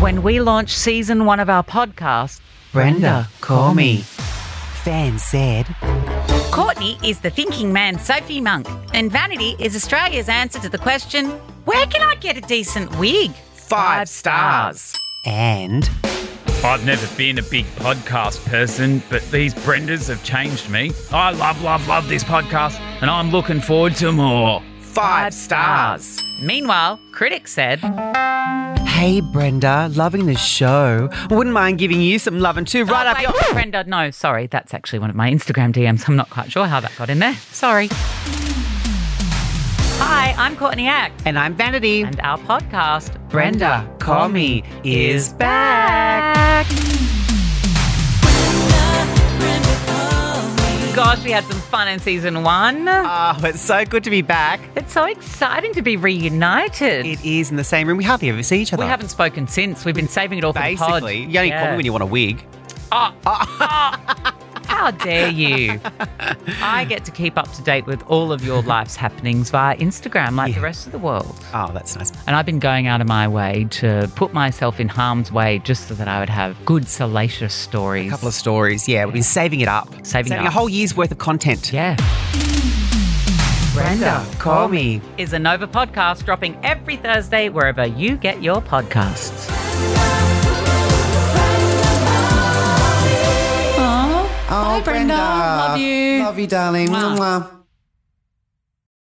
when we launch season one of our podcast, Brenda, call me. Fans said. Courtney is the thinking man, Sophie Monk, and Vanity is Australia's answer to the question, where can I get a decent wig? Five stars. And I've never been a big podcast person, but these Brendas have changed me. I love, love, love this podcast, and I'm looking forward to more. Five stars. Meanwhile, critics said, Hey Brenda, loving the show. Wouldn't mind giving you some love and two right Oh, up wait, your Brenda, no, sorry, that's actually one of my Instagram DMs. I'm not quite sure how that got in there. Sorry. Hi, I'm Courtney Act, And I'm Vanity. and our podcast, Brenda, call me is back. Gosh, we had some fun in season one. Oh, it's so good to be back. It's so exciting to be reunited. It is in the same room. We hardly ever see each other. we haven't spoken since. We've been saving it all for the pod. basically. You only call me when you want a wig. How dare you? I get to keep up to date with all of your life's happenings via Instagram, like the rest of the world. Oh, that's nice. And I've been going out of my way to put myself in harm's way just so that I would have good, salacious stories. A couple of stories. Yeah, we've been saving it up. Saving it a up. whole year's worth of content. yeah. Brenda, call me. Is a Nova podcast dropping every Thursday wherever you get your podcasts. Aw. Bye, Brenda. Love you. Oh, Love you, darling. Mwah. Mwah. Mwah.